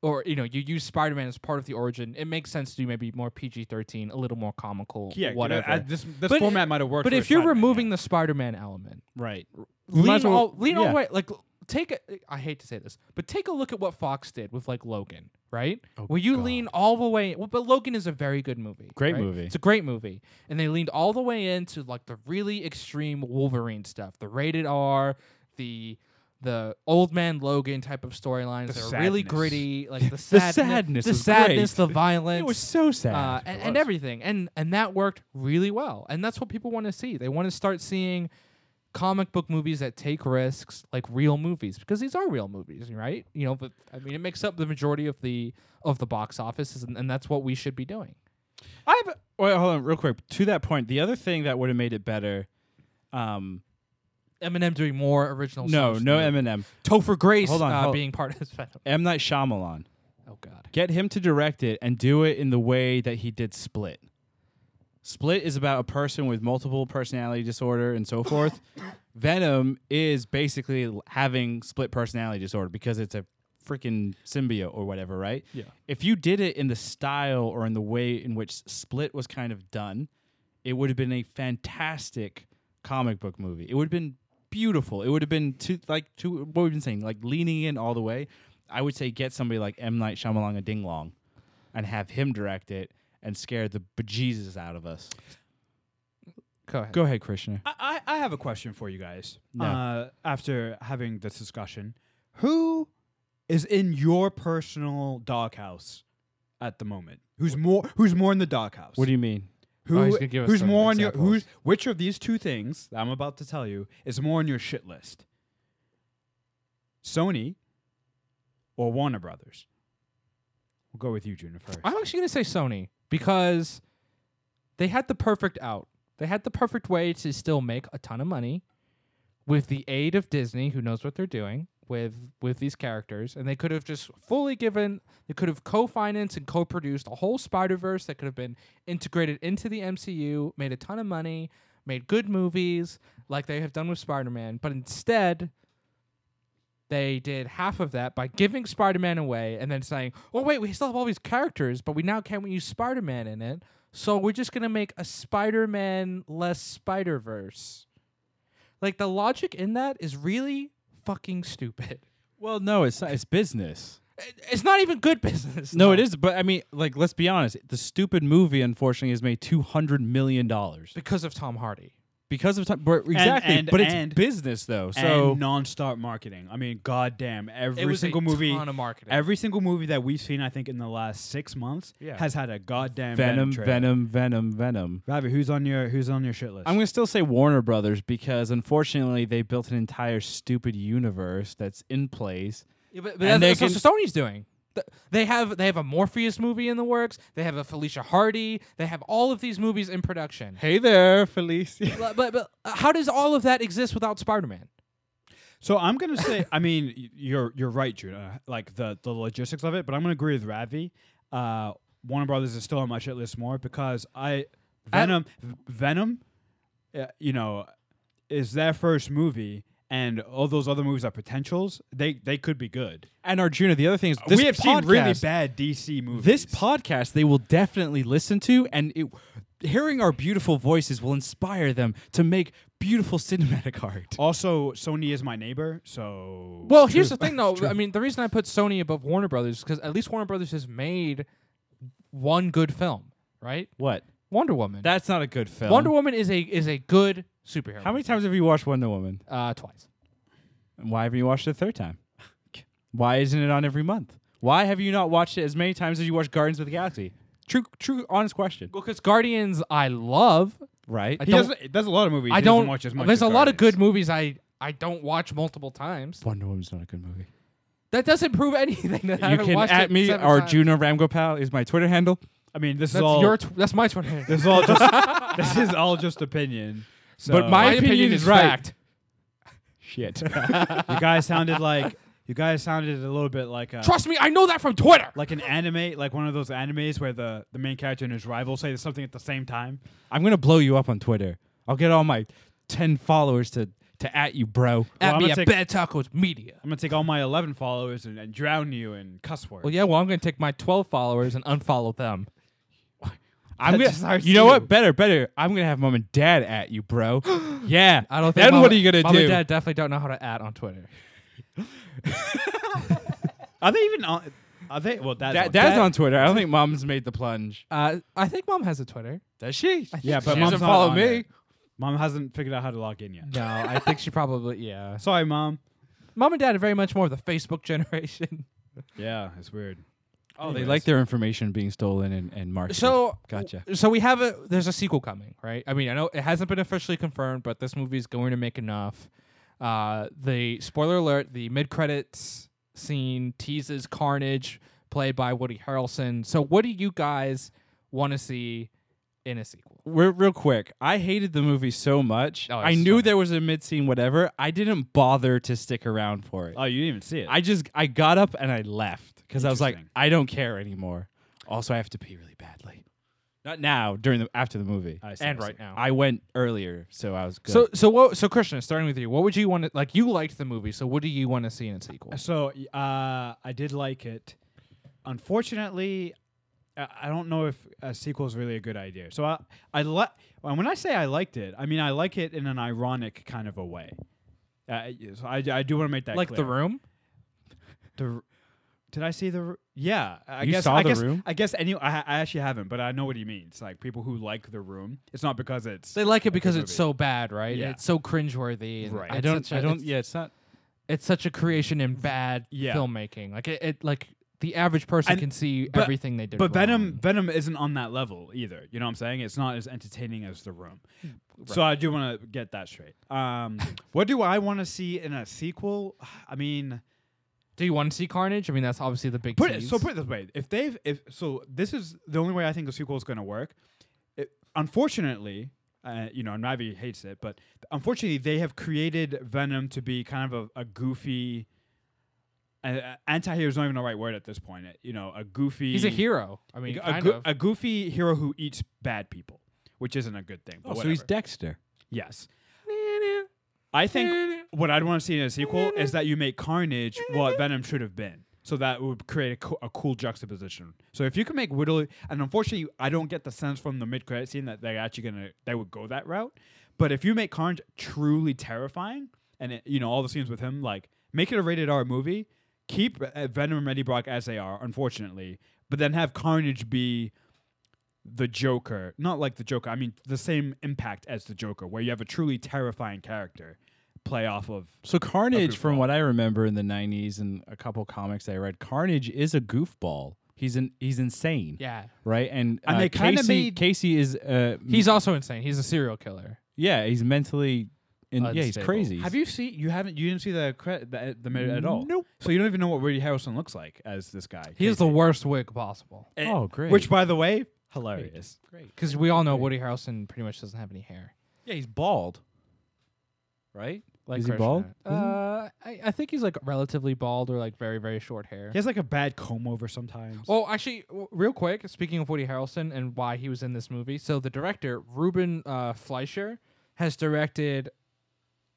D: or you know, you use Spider-Man as part of the origin, it makes sense to do maybe more PG-13, a little more comical,
C: yeah,
D: whatever.
C: I, this this
D: But-
C: format might have worked.
D: but
C: for
D: if you're
C: Spider-Man,
D: removing
C: yeah.
D: the Spider-Man element,
B: Right. might
D: lean
B: as well-
D: all lean all
B: yeah.
D: the way like l- take a, I hate to say this, but take a look at what Fox did with like Logan, right?
B: Oh,
D: Where you lean all the way, well, but Logan is a very good movie.
B: Great
D: right?
B: movie.
D: It's a great movie, and they leaned all the way into like the really extreme Wolverine stuff, the rated R, the the old man Logan type of storylines that are really
C: sadness.
D: gritty, like the
B: The
D: sadness,
B: sadness
D: the
B: was
D: sadness,
B: great.
D: the violence.
B: It was so sad.
D: Uh, and, and everything. And and that worked really well. And that's what people want to see. They want to start seeing comic book movies that take risks, like real movies, because these are real movies, right? You know, but I mean, it makes up the majority of the of the box office, and, and that's what we should be doing.
B: I have. Wait, hold on, real quick. To that point, the other thing that would have made it better. Um,
D: Eminem doing more original.
B: no,
D: songs
B: no
D: than-
B: Eminem.
D: Topher Grace
B: Hold on,
D: uh,
B: hold-
D: being part of this. Venom.
B: M. Night Shyamalan.
D: Oh God.
B: Get him to direct it and do it in the way that he did Split. Split is about a person with multiple personality disorder and so forth. Venom is basically l- having split personality disorder because it's a freaking symbiote or whatever, right?
C: Yeah.
B: If you did it in the style or in the way in which Split was kind of done, it would have been a fantastic comic book movie. It would have been beautiful. It would have been too like too what we've been saying, like leaning in all the way. I would say get somebody like M Night Shyamalanga Ding Long, and have him direct it and scare the bejesus out of us.
D: Go ahead.
B: Go ahead, Krishna.
C: I, I I have a question for you guys.
B: No.
C: Uh, after having this discussion, who is in your personal doghouse at the moment? Who's more? Who's more in the doghouse?
B: What do you mean?
C: Who,
D: Oh, he's gonna give us
C: who's
D: some
C: more on your?
D: examples.
C: Who's which of these two things that I'm about to tell you is more on your shit list? Sony or Warner Brothers? We'll go with you, Junior first.
D: I'm actually gonna say Sony because they had the perfect out. They had the perfect way to still make a ton of money with the aid of Disney, who knows what they're doing with with these characters, and they could have just fully given. They could have co-financed and co-produced a whole Spider Verse that could have been integrated into the MCU, made a ton of money, made good movies like they have done with Spider Man. But instead, they did half of that by giving Spider-Man away and then saying, "Oh wait, we still have all these characters, but we now can't use Spider-Man in it, so we're just gonna make a Spider-Man less Spider-Verse." Like the logic in that is really fucking stupid.
B: Well, no, it's it's business.
D: It- It's not even good business.
B: No,
D: though.
B: it is. But I mean, like, let's be honest. The stupid movie, unfortunately, has made two hundred million dollars
D: because of Tom Hardy.
B: because of time. but- Exactly,
C: and-
B: but it's
C: and-
B: business though. So
C: and non-stop marketing. I mean, goddamn, every
D: It was
C: single
D: a
C: movie,
D: ton of marketing.
C: every single movie that we've seen, I think, in the last six months,
D: Yeah.
C: has had a goddamn
B: Venom,
C: trailer.
B: Venom, Venom, Venom.
C: Ravi, who's on your who's on your shit list?
B: I'm gonna still say Warner Brothers because unfortunately they built an entire stupid universe that's in place.
D: Yeah, but,
B: And
D: and that's,
B: they
D: that's what Sony's doing. Th- They have they have a Morpheus movie in the works. They have a Felicia Hardy. They have all of these movies in production.
B: Hey there, Felicia.
D: but, but, but uh, how does all of that exist without Spider-Man?
C: so I'm gonna say, I mean, y- you're you're right, Judah. Like the the logistics of it, but I'm gonna agree with Ravi. Uh, Warner Brothers is still on my shit list more because I Venom Venom, uh, you know, is their first movie, and all those other movies are potentials. They they could be good.
B: And Arjuna, the other thing is this
C: we have seen really
B: podcast-
C: bad DC movies.
B: This podcast they will definitely listen to, and it, hearing our beautiful voices will inspire them to make beautiful cinematic art.
C: Also, Sony is my neighbor, so
D: Well, here's the thing, though. I mean, the reason I put Sony above Warner Brothers is because at least Warner Brothers has made one good film, right?
B: What?
D: Wonder Woman.
B: That's not a good film.
D: Wonder Woman is a is a good superhero.
B: How many
D: movie.
B: times have you watched Wonder Woman?
D: Uh, twice.
B: And why haven't you watched it a third time? Why isn't it on every month? Why have you not watched it as many times as you watch Guardians of the Galaxy? True, true, honest question.
D: Well, because Guardians, I love.
B: Right?
D: I
C: he
D: don't-
C: doesn't. There's a lot of movies.
D: I
C: he doesn't
D: don't
C: watch as much.
D: There's
C: as
D: a lot of
C: Guardians.
D: good movies I I don't watch multiple times.
B: Wonder Woman's not a good movie.
D: That doesn't prove anything. That I
B: You
D: haven't
B: can
D: watched
B: at
D: it
B: me
D: seven
B: or
D: times.
B: Juno Ramgopal is my Twitter handle.
C: I mean, this
D: That's
C: is all.
D: your. Tw- that's my Twitter.
C: this is all just. this is all just opinion. So
B: But uh, my- opinion is right.
D: fact.
B: Shit.
C: you guys sounded like you guys sounded a little bit like a,
D: Trust me, I know that from Twitter.
C: like an anime, like one of those animes where the the main character and his rival say something at the same time.
B: I'm gonna blow you up on Twitter. I'll get all my ten followers to to at you, bro.
C: Well,
D: at
C: I'm
D: me
C: gonna take-
D: at Bad Tacos Media.
C: I'm gonna take all my 11 followers and, and drown you in cuss words.
D: Well, yeah, well, I'm going to take my 12 followers and unfollow them.
B: I'm
C: That
B: gonna.
C: just starts
B: You know
C: you.
B: what? Better, better. I'm gonna have mom and dad at you, bro. yeah.
D: I don't think.
B: Then
D: Mom-
B: what are you gonna
D: Mom
B: do?
D: and Dad definitely don't know how to add on Twitter.
C: Are they even on? Are they? Well, that's
B: Da- Dad's on Twitter. I don't think mom's made the plunge.
D: Uh, I think Mom has a Twitter.
B: Does she?
C: Yeah, but
B: she
C: mom's
B: doesn't
C: not
B: follow
C: on
B: me.
C: it. Mom hasn't figured out how to log in yet.
D: No, I think she probably yeah.
C: Sorry, mom.
D: Mom and Dad are very much more of the Facebook generation.
C: Yeah, it's weird.
B: Oh, they like their information being stolen and, and marketed.
D: So
B: gotcha.
D: So we have a there's a sequel coming, right? I mean, I know it hasn't been officially confirmed, but this movie is going to make enough. Uh, the spoiler alert: the mid credits scene teases Carnage, played by Woody Harrelson. So, what do you guys want to see in a sequel?
B: We're, real quick, I hated the movie so much.
D: Oh,
B: I
D: it's
B: knew
D: funny.
B: there was a mid scene, whatever. I didn't bother to stick around for it.
C: Oh, you didn't even see it.
B: I just I got up and I left because I was like,
C: Interesting.
B: I don't care anymore. Also, I have to pee really badly. Not now, during the after the movie.
C: I see,
D: And
C: I see.
D: right now.
B: I went earlier, so I was good.
D: So so what so Christian, starting with you, what would you want to like you liked the movie, so what do you want to see in a sequel?
C: So uh, I did like it. Unfortunately, I I don't know if a sequel is really a good idea. So I I li- and when I say I liked it, I mean I like it in an ironic kind of a way. Uh, so I, I do want to make that
D: Like
C: clear.
D: the room?
C: The r- did I see the? r- Yeah, I
B: You
C: guess
B: saw
C: I
B: The
C: guess,
B: Room?
C: I guess any. I, I actually haven't, but I know what he means. Like people who like the room. It's not because it's
D: They like it because it's
C: movie.
D: so bad, right?
C: Yeah.
D: It's so cringeworthy. and
C: Right.
D: it's
B: I don't.
D: such a-
B: I don't.
D: It's,
B: Yeah, it's not.
D: it's such a creation in bad
C: Yeah.
D: filmmaking. Like it, it like the average person
C: And-
D: can see
C: but-
D: everything they did.
C: But Venom
D: wrong.
C: Venom isn't on that level either. You know what I'm saying? It's not as entertaining as The Room. So I do want to get that straight. Um, what do I want to see in a sequel? I mean,
D: Do you want to see Carnage? I mean, that's obviously the big.
C: put it, so
D: tease.
C: put it this way: if they've if so, this is the only way I think the sequel is going to work. It, unfortunately, uh, you know, and Ravi hates it, but unfortunately, they have created Venom to be kind of a, a goofy. Uh, anti-hero is not even the right word at this point. you know, a goofy.
D: he's a hero. I mean,
C: a,
D: kind
C: goo-
D: of.
C: a goofy hero who eats bad people, which isn't a good thing. But
D: Oh,
B: so he's
C: Oh, whatever.
B: Dexter.
C: yes. I think what I'd want to see in a sequel is that you make Carnage what Venom should have been. So that would create a, co- a cool juxtaposition. So if you can make Whittle, and unfortunately, I don't get the sense from the mid credit scene that they're actually gonna they would go that route. But if you make Carnage truly terrifying, and it, you know all the scenes with him, like make it a rated R movie, keep uh, Venom and Eddie Brock as they are, unfortunately, but then have Carnage be the Joker, not like the Joker, I mean the same impact as the Joker, where you have a truly terrifying character play off of.
B: So Carnage, from
C: goofball.
B: what I remember in the '90s and a couple comics I read, Carnage is a goofball. He's an he's insane.
D: yeah,
B: Right. And
C: And
B: uh,
C: they kinda
B: Casey
C: made-
B: Casey is uh
D: he's also insane. He's a serial killer.
B: yeah he's mentally and yeah he's
D: Unstable.
B: crazy.
C: Have you seen? You haven't. You didn't see the credit the, uh, the minute at all.
B: Nope.
C: So you don't even know what Woody Harrelson looks like as this guy.
D: He has the worst wig possible.
C: Eh,
B: Oh, great.
C: Which, by the way, hilarious.
D: Because we all know Woody Harrelson pretty much doesn't have any hair.
B: yeah he's bald. Right.
D: Mm,
B: Like is he
D: Christian.
B: bald?
D: Uh, I, I think he's like relatively bald or like very very short hair.
C: He has like a bad comb over sometimes.
D: Well, actually, w- real quick, speaking of Woody Harrelson and why he was in this movie, so the director Ruben uh, Fleischer has directed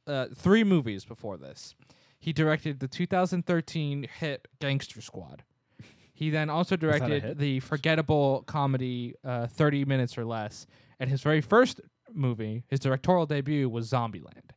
D: uh, three movies before this. He directed the 2013 hit Gangster Squad. He then also
C: a
D: directed
C: hit?
D: the forgettable comedy uh, 30 Minutes or Less, and his very first movie, his directorial debut, was Zombieland.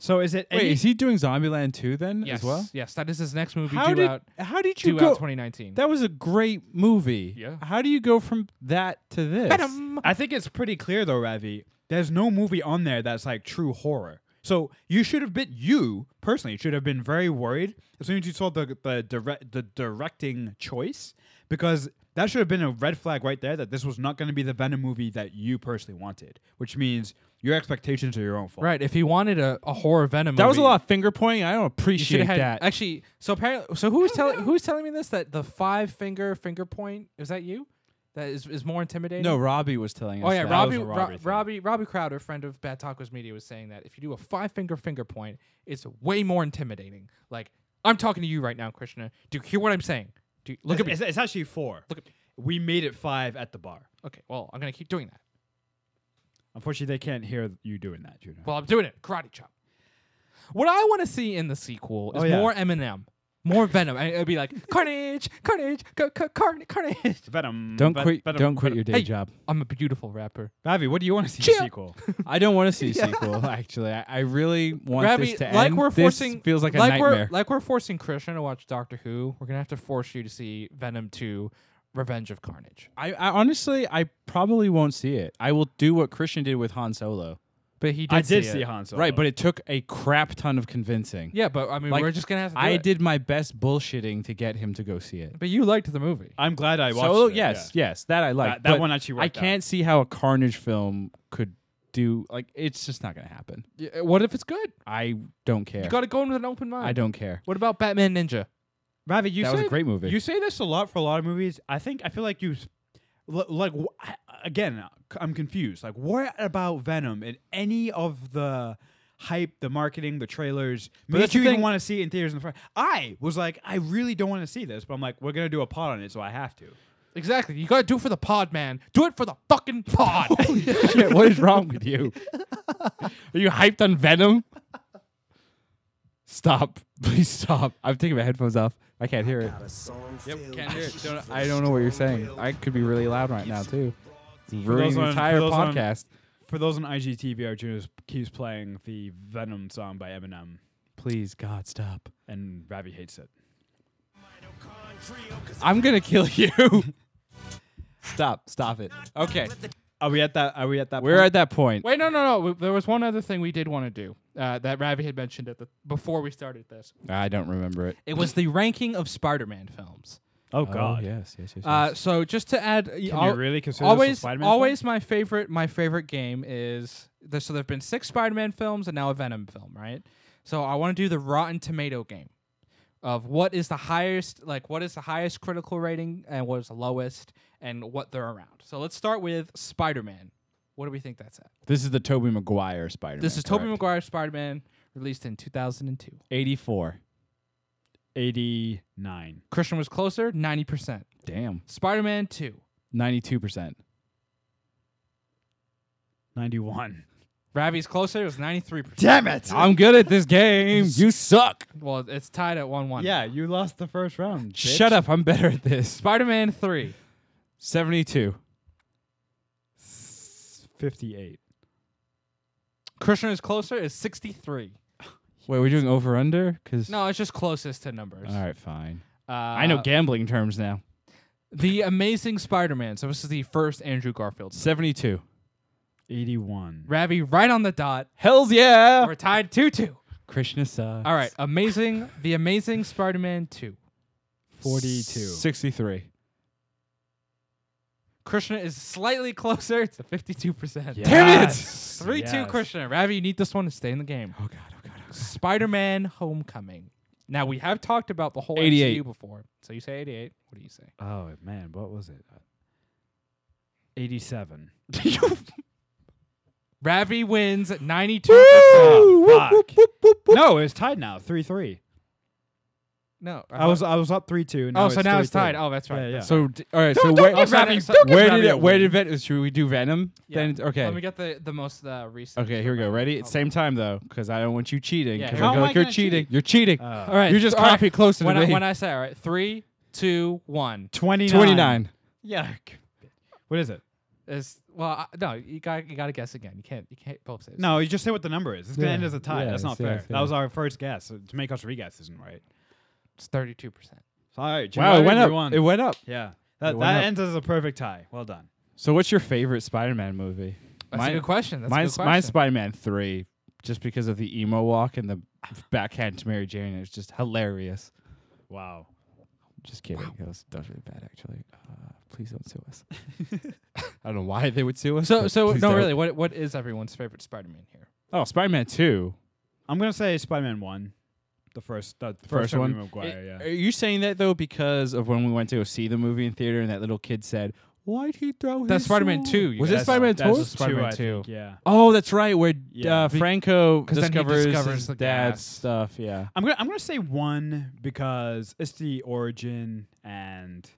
C: so is it?
B: Wait,
C: any-
B: is he doing Zombieland 2 then
D: Yes,
B: as well?
D: yes, that is his next movie
B: How
D: due
B: did
D: out
B: how did you
D: due
B: go?
D: out 2019.
B: That was a great movie.
D: Yeah.
B: How do you go from that to this?
D: Venom.
C: I think it's pretty clear though, Ravi. There's no movie on there that's like true horror. So you should have been you personally should have been very worried as soon as you saw the the direct the directing choice because that should have been a red flag right there that this was not going to be the Venom movie that you personally wanted, which means your expectations are your own fault.
D: Right, if he wanted a, a horror Venom
B: That was a
D: movie-
B: lot of finger pointing. I don't
D: You should
B: appreciate
D: have had
B: that.
D: actually. So apparently, so who's telling who's telling me this? That the five finger finger point is that you? That is, is more intimidating.
B: no, Robbie was telling us.
D: Oh yeah,
B: that.
D: Robbie,
C: was a
D: Ro-
C: Robbie
D: Robbie,
C: thing.
D: Robbie, Crowder, friend of Bad Tacos Media, was saying that if you do a five finger finger point, it's way more intimidating. Like I'm talking to you right now, Krishna. Do you hear what I'm saying? Do you, look at me?
C: It's, it's actually four.
D: Look at me.
C: We made it five at the bar.
D: Okay, well I'm gonna keep doing that.
C: Unfortunately, they can't hear you doing that, Juno.
D: Well, I'm doing it. Karate chop. What I want to see in the sequel is
C: Oh, yeah.
D: more Eminem, more Venom. And it'd be like Carnage, Carnage, ca- ca- carn- Carnage.
C: Venom.
B: Don't
C: Ven-
B: quit.
C: Venom-
B: don't quit your day
D: Hey.
B: job.
D: I'm a beautiful rapper.
C: Ravi, what do you want to see in
D: Chill.
C: the sequel?
B: I don't want to see a sequel. Actually, I, I really want
D: Ravi,
B: this to
D: like
B: end.
D: we're
B: This
D: forcing,
B: feels like a
D: We're,
B: nightmare.
D: like we're forcing Krishna to watch Doctor Who. We're gonna have to force you to see Venom Two: Revenge of Carnage.
B: I, I honestly, I probably won't see it. I will do what Christian did with Han Solo.
D: But he did.
C: I did see,
D: it.
C: Han Solo.
B: Right, but it took a crap ton of convincing.
D: Yeah, but I mean,
B: Like,
D: we're just gonna have to. do
B: I
D: it.
B: did my best bullshitting to get him to go see it.
D: But you liked the movie.
C: I'm glad I watched
B: Solo,
C: it.
B: yes,
C: yeah.
B: yes, that I like.
C: That- that
B: but
C: one actually
B: I
C: worked out.
B: can't see how a Carnage film could do. Like, it's just not gonna happen.
D: Yeah, uh, What if it's good?
B: I don't care.
D: You gotta go in with an open mind.
B: I don't care.
D: What about Batman Ninja?
C: Ravi, you
B: That was a
C: say-
B: great movie.
C: You say this a lot for a lot of movies. I think I feel like you, s- li- like wh- I- again, I'm confused. Like what about Venom and any of the hype, the marketing, the trailers
B: that's
C: made
B: the
C: you even
B: thing-
C: want to see it in theaters in the front? I was like, I really don't want to see this, but I'm like, we're gonna do a pod on it, so I have to.
D: Exactly. You gotta do it for the pod, man. Do it for the fucking pod.
B: Oh, Shit, what is wrong with you? Are you hyped on Venom? Stop. Please stop. I'm taking my headphones off. I can't hear it.
A: Got a song filled
C: can't hear it. Don't-
A: with
B: I don't know what you're saying.
A: strong will.
B: I could be really loud right now, too.
C: those
B: Ruining the
C: on-
B: entire
C: for those on-
B: podcast.
C: For those on IGTV, our Juno keeps playing the Venom song by Eminem,
B: Please, God, stop.
C: and Ravi hates it.
A: Mitochondrial, oh, 'cause
B: I'm going to kill you. stop. Stop it. Okay.
C: Are we at that? Are we at that?
B: We're at that point.
D: Wait, no, no, no. W- There was one other thing we did want to do uh, that Ravi had mentioned at the before we started this.
B: I don't remember it.
D: It was the ranking of Spider-Man films.
C: Oh God!
B: yes, yes, yes.
D: Uh, so just to add, Can
C: you really consider this a
D: always,
C: Spider-Man film?
D: always my favorite, my favorite game is there, so there have been six Spider-Man films and now a Venom film, right? So I want to do the Rotten Tomato game of what is the highest, like what is the highest critical rating and what is the lowest and what they're around. So let's start with Spider-Man. What do we think that's at?
B: this is the Toby Maguire Spider-Man.
D: This is Tobey
B: correct?
D: Maguire Spider-Man, released in 2002.
B: 84.
C: Eighty-nine.
D: Christian was closer, 90%.
B: Damn.
D: Spider-Man 2,
B: 92%.
C: 91.
D: Ravi's closer, it was 93%.
C: it!
B: I'm good at this game. You suck.
D: Well, it's tied at 1-1.
C: yeah, you lost the first round. bitch.
B: Shut up. I'm better at this.
D: Spider-Man 3,
B: 72.
C: 58.
D: Christian is closer, is 63.
B: Wait, we're doing over under? Cause
D: No, it's just closest to numbers.
B: All right, fine.
D: Uh,
B: I know gambling terms now.
D: The Amazing Spider-Man. So this is the first Andrew Garfield.
B: 72.
C: 81.
D: Ravi right on the dot.
B: Hell's yeah.
D: We're tied 2-2.
B: Krishna sucks.
D: All right, Amazing, The Amazing Spider-Man 2.
C: 42.
B: 63.
D: Krishna is slightly closer to 52%.
B: Damn it!
C: Yes.
D: 3-2
C: Yes.
D: Krishna. Ravi, you need this one to stay in the game.
B: Oh, God. Oh, God. Oh, God.
D: Spider-Man: Homecoming. Now we have talked about the whole
B: 88.
D: MCU before, so you say 88. What do you say?
C: Oh, man. What was it? Uh, 87.
B: oh,
D: Ravi wins 92. percent
C: fuck. No, it's tied now. 3 3.
D: No,
C: I was I was up 3 2.
D: Oh, so now it's tied. Oh, that's right.
C: Yeah, yeah.
D: That's
B: So, d- all right. so,
D: Don't-
B: where,
D: don't get Ravi-
B: where
D: don't get
B: did
D: Ravi a
B: it, where
D: win.
B: did Venom? Should we do Venom?
D: right.
B: Then
D: Yeah.
B: it's- okay.
D: Let me get the the most uh, recent. Oh.
B: okay, here we go. Ready? It's same time though, because I don't want you cheating.
D: Yeah,
B: Because
D: here
B: I
D: we
B: feel
D: go.
B: like you're cheating. You're cheating.
C: Uh,
D: All right.
B: you just
D: all right.
B: copy close to
D: when I,
B: me.
D: when I say all right, three, two, one.
C: 29.
B: 29.
C: Yeah. What is it?
D: Is well, I, no, you got you got to guess again. You can't you can't both say.
C: No, you just say what the number is. It's going to
B: Yeah.
C: end as a tie.
B: Yeah,
C: That's not
B: yes,
C: fair.
B: yes,
C: That
B: yeah.
C: was our first guess. Uh, So to make us re guess isn't right.
D: it's 32 percent.
C: Sorry. Jim
B: Wow, it
C: Ryder,
B: went
C: you
B: up.
C: won.
B: It went up.
C: yeah. That,
B: went
C: that
B: up.
C: ends as a perfect tie. Well done.
B: So, what's your favorite Spider-Man movie?
D: That's
B: Mine-
D: a good question. That's
B: mine's
D: a good
B: mine's
D: question.
B: Spider-Man three, just because of the emo walk and the backhand to Mary Jane. It was just hilarious.
C: Wow.
B: Just kidding. That was that was really bad, actually. Uh, please don't sue us. I don't know why they would sue us.
D: So
B: but
D: so
B: please
D: no
B: don't.
D: really. What what is everyone's favorite Spider-Man here?
B: Oh, Spider-Man two,
C: I'm going to say Spider Man 1. The first, the first,
B: first
C: Tobey
B: one.
C: Maguire, yeah.
B: Are you saying that though because of when we went to go see the movie in theater and that little kid said, "Why'd he throw?"
D: That's
B: his
D: Spider-Man
B: sword?"
D: 2, you
B: Was
D: guys.
B: it Spider-Man
C: That's
B: two?
C: a
D: Spider-Man
C: I
D: two.
C: think, Yeah.
B: Oh, that's right. Where
C: Yeah.
B: uh, Franco
D: 'Cause then he
B: discovers,
D: discovers
B: his
D: the
B: dad's
D: gas.
B: stuff. Yeah.
C: I'm gonna I'm gonna say one because it's the origin and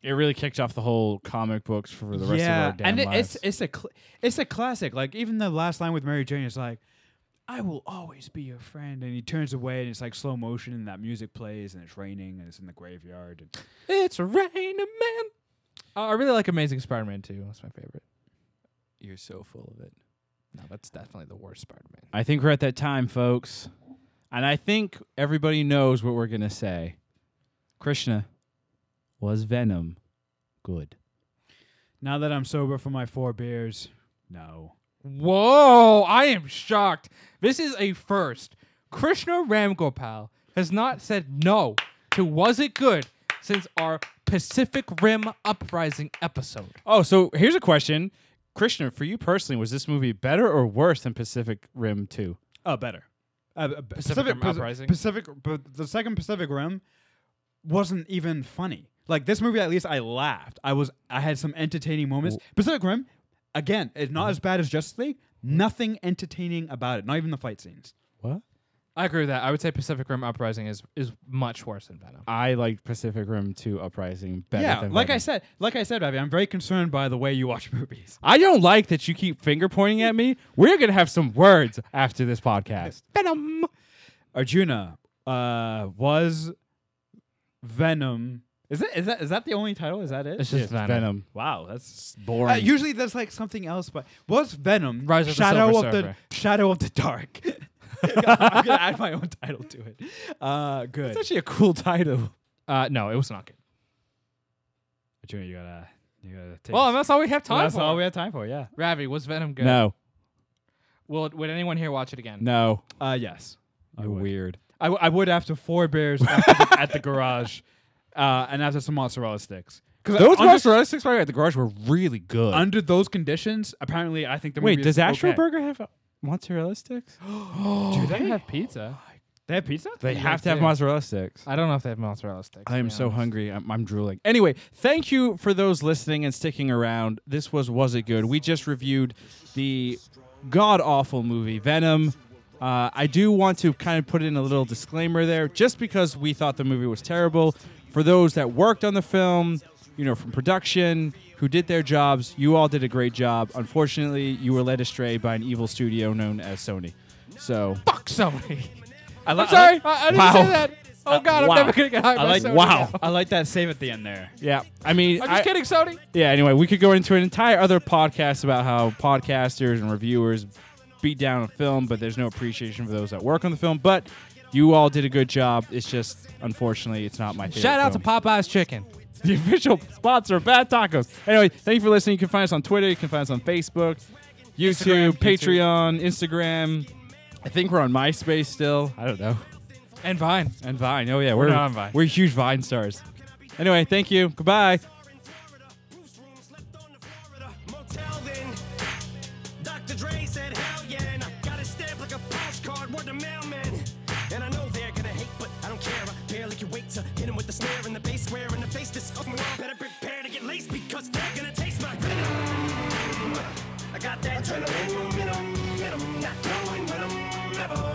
B: It really kicked off the whole comic books for the rest of our damn
C: and it,
B: lives.
C: it's it's a cl- it's a classic. Like even the last line with Mary Jane is like, "I will always be your friend," and he turns away, and it's like slow motion, and that music plays, and it's raining, and it's in the graveyard. And
D: It's raining man. Uh, I really like Amazing Spider-Man too. That's my favorite.
B: You're so full of it.
D: No, that's definitely the worst Spider-Man.
B: I think we're at that time, folks. And I think everybody knows what we're going to say. Krishna, was Venom good?
C: now that I'm sober from my four beers, no.
D: Whoa! I am shocked. This is a first. Krishna Ramgopal has not said no to was it good since our Pacific Rim Uprising episode.
B: Oh, so here's a question. Krishna, for you personally, was this movie better or worse than Pacific Rim 2?
C: Oh, better. Uh, b-
D: Rim
C: Paci-
D: Uprising?
C: Pacific, but the second Pacific Rim wasn't even funny. Like this movie, at least I laughed. I was, I had some entertaining moments. Pacific Rim, again, it's not as bad as Justice League. Nothing entertaining about it. Not even the fight scenes.
B: What?
D: I agree with that. I would say Pacific Rim Uprising is is much worse than Venom.
B: I like Pacific Rim 2 Uprising better
C: yeah,
B: than
C: like I
B: Venom.
C: said, like I said, Ravi, I'm very concerned by the way you watch movies.
B: I don't like that you keep finger pointing at me. We're going to have some words after this podcast. Venom.
C: Arjuna uh, was Venom. Is that is that is that the only title? Is that it?
D: It's just
B: Yes,
D: Venom.
B: Venom.
C: wow, that's
B: Boring.
C: Uh, usually there's like something else, but was Venom?
D: Rise of the
C: Shadow
D: Silver
C: of
D: Surfer.
C: the Shadow of the Dark. I'm gonna add my own title to it. Uh, good.
B: it's actually a cool title.
D: Uh, no, it was not good.
C: Junior, you gotta, you gotta take.
D: Well, and that's all we have time
C: that's
D: for.
C: all we have time for. Yeah.
D: Ravi, was Venom good?
B: No,
D: Will would anyone here watch it again?
B: no.
C: Uh, yes.
B: You're
C: would.
B: weird.
C: I, w- I would after four beers after the, at the garage, uh, and after some mozzarella sticks. Because
B: Those
C: under,
B: mozzarella sticks right at the garage were really good.
C: under those conditions, apparently, I think the
B: Wait,
C: movie
B: does
C: is
B: Astro
C: okay.
B: Burger have mozzarella sticks?
D: Do they have pizza?
C: They have pizza.
B: They have to
D: they
B: have
D: do.
B: mozzarella sticks.
D: I don't know if they have mozzarella sticks.
B: I
D: to
B: am
D: be
B: so
D: honest.
B: hungry. I'm, I'm drooling. Anyway, thank you for those listening and sticking around. This was Was It Good? We just reviewed the god awful movie Venom. Uh, I do want to kind of put in a little disclaimer there. Just because we thought the movie was terrible, for those that worked on the film, you know, from production, who did their jobs, you all did a great job. Unfortunately, you were led astray by an evil studio known as Sony. So,
D: Fuck Sony.
C: I li-
D: I'm sorry.
C: I,
D: I, I didn't
B: Wow.
D: say that. Oh God, I'm
C: wow.
D: never gonna get high.
C: I like.
D: Sony
C: Wow.
D: now.
C: I like that save at the end there.
B: yeah, I mean,
D: I'm
B: I-
D: just kidding, Sony.
B: Yeah, anyway, we could go into an entire other podcast about how podcasters and reviewers beat down a film, but there's no appreciation for those that work on the film. But you all did a good job. It's just, unfortunately, it's not my favorite.
D: Shout out to
B: film.
D: Popeye's Chicken.
B: the official sponsor of Bad Tacos. Anyway, thank you for listening. You can find us on Twitter, you can find us on Facebook, YouTube,
D: Instagram,
B: Patreon, Instagram. I think we're on MySpace still. I don't know.
D: And Vine.
B: And Vine. Oh, yeah, we're,
D: not on Vine.
B: we're huge Vine stars. Anyway, thank you. Goodbye.
A: Bruce Room slept on the floor at a motel then. Dr. Dre said, hell yeah, and I got it stamped like a postcard, word to mailman. And I know they're gonna hate, but I don't care. I barely can wait to hit 'em with the snare and the bass square and the face this off Better prepare to get laced because they're gonna taste my venom. I got that adrenaline, momentum, momentum, not knowing when I'm ever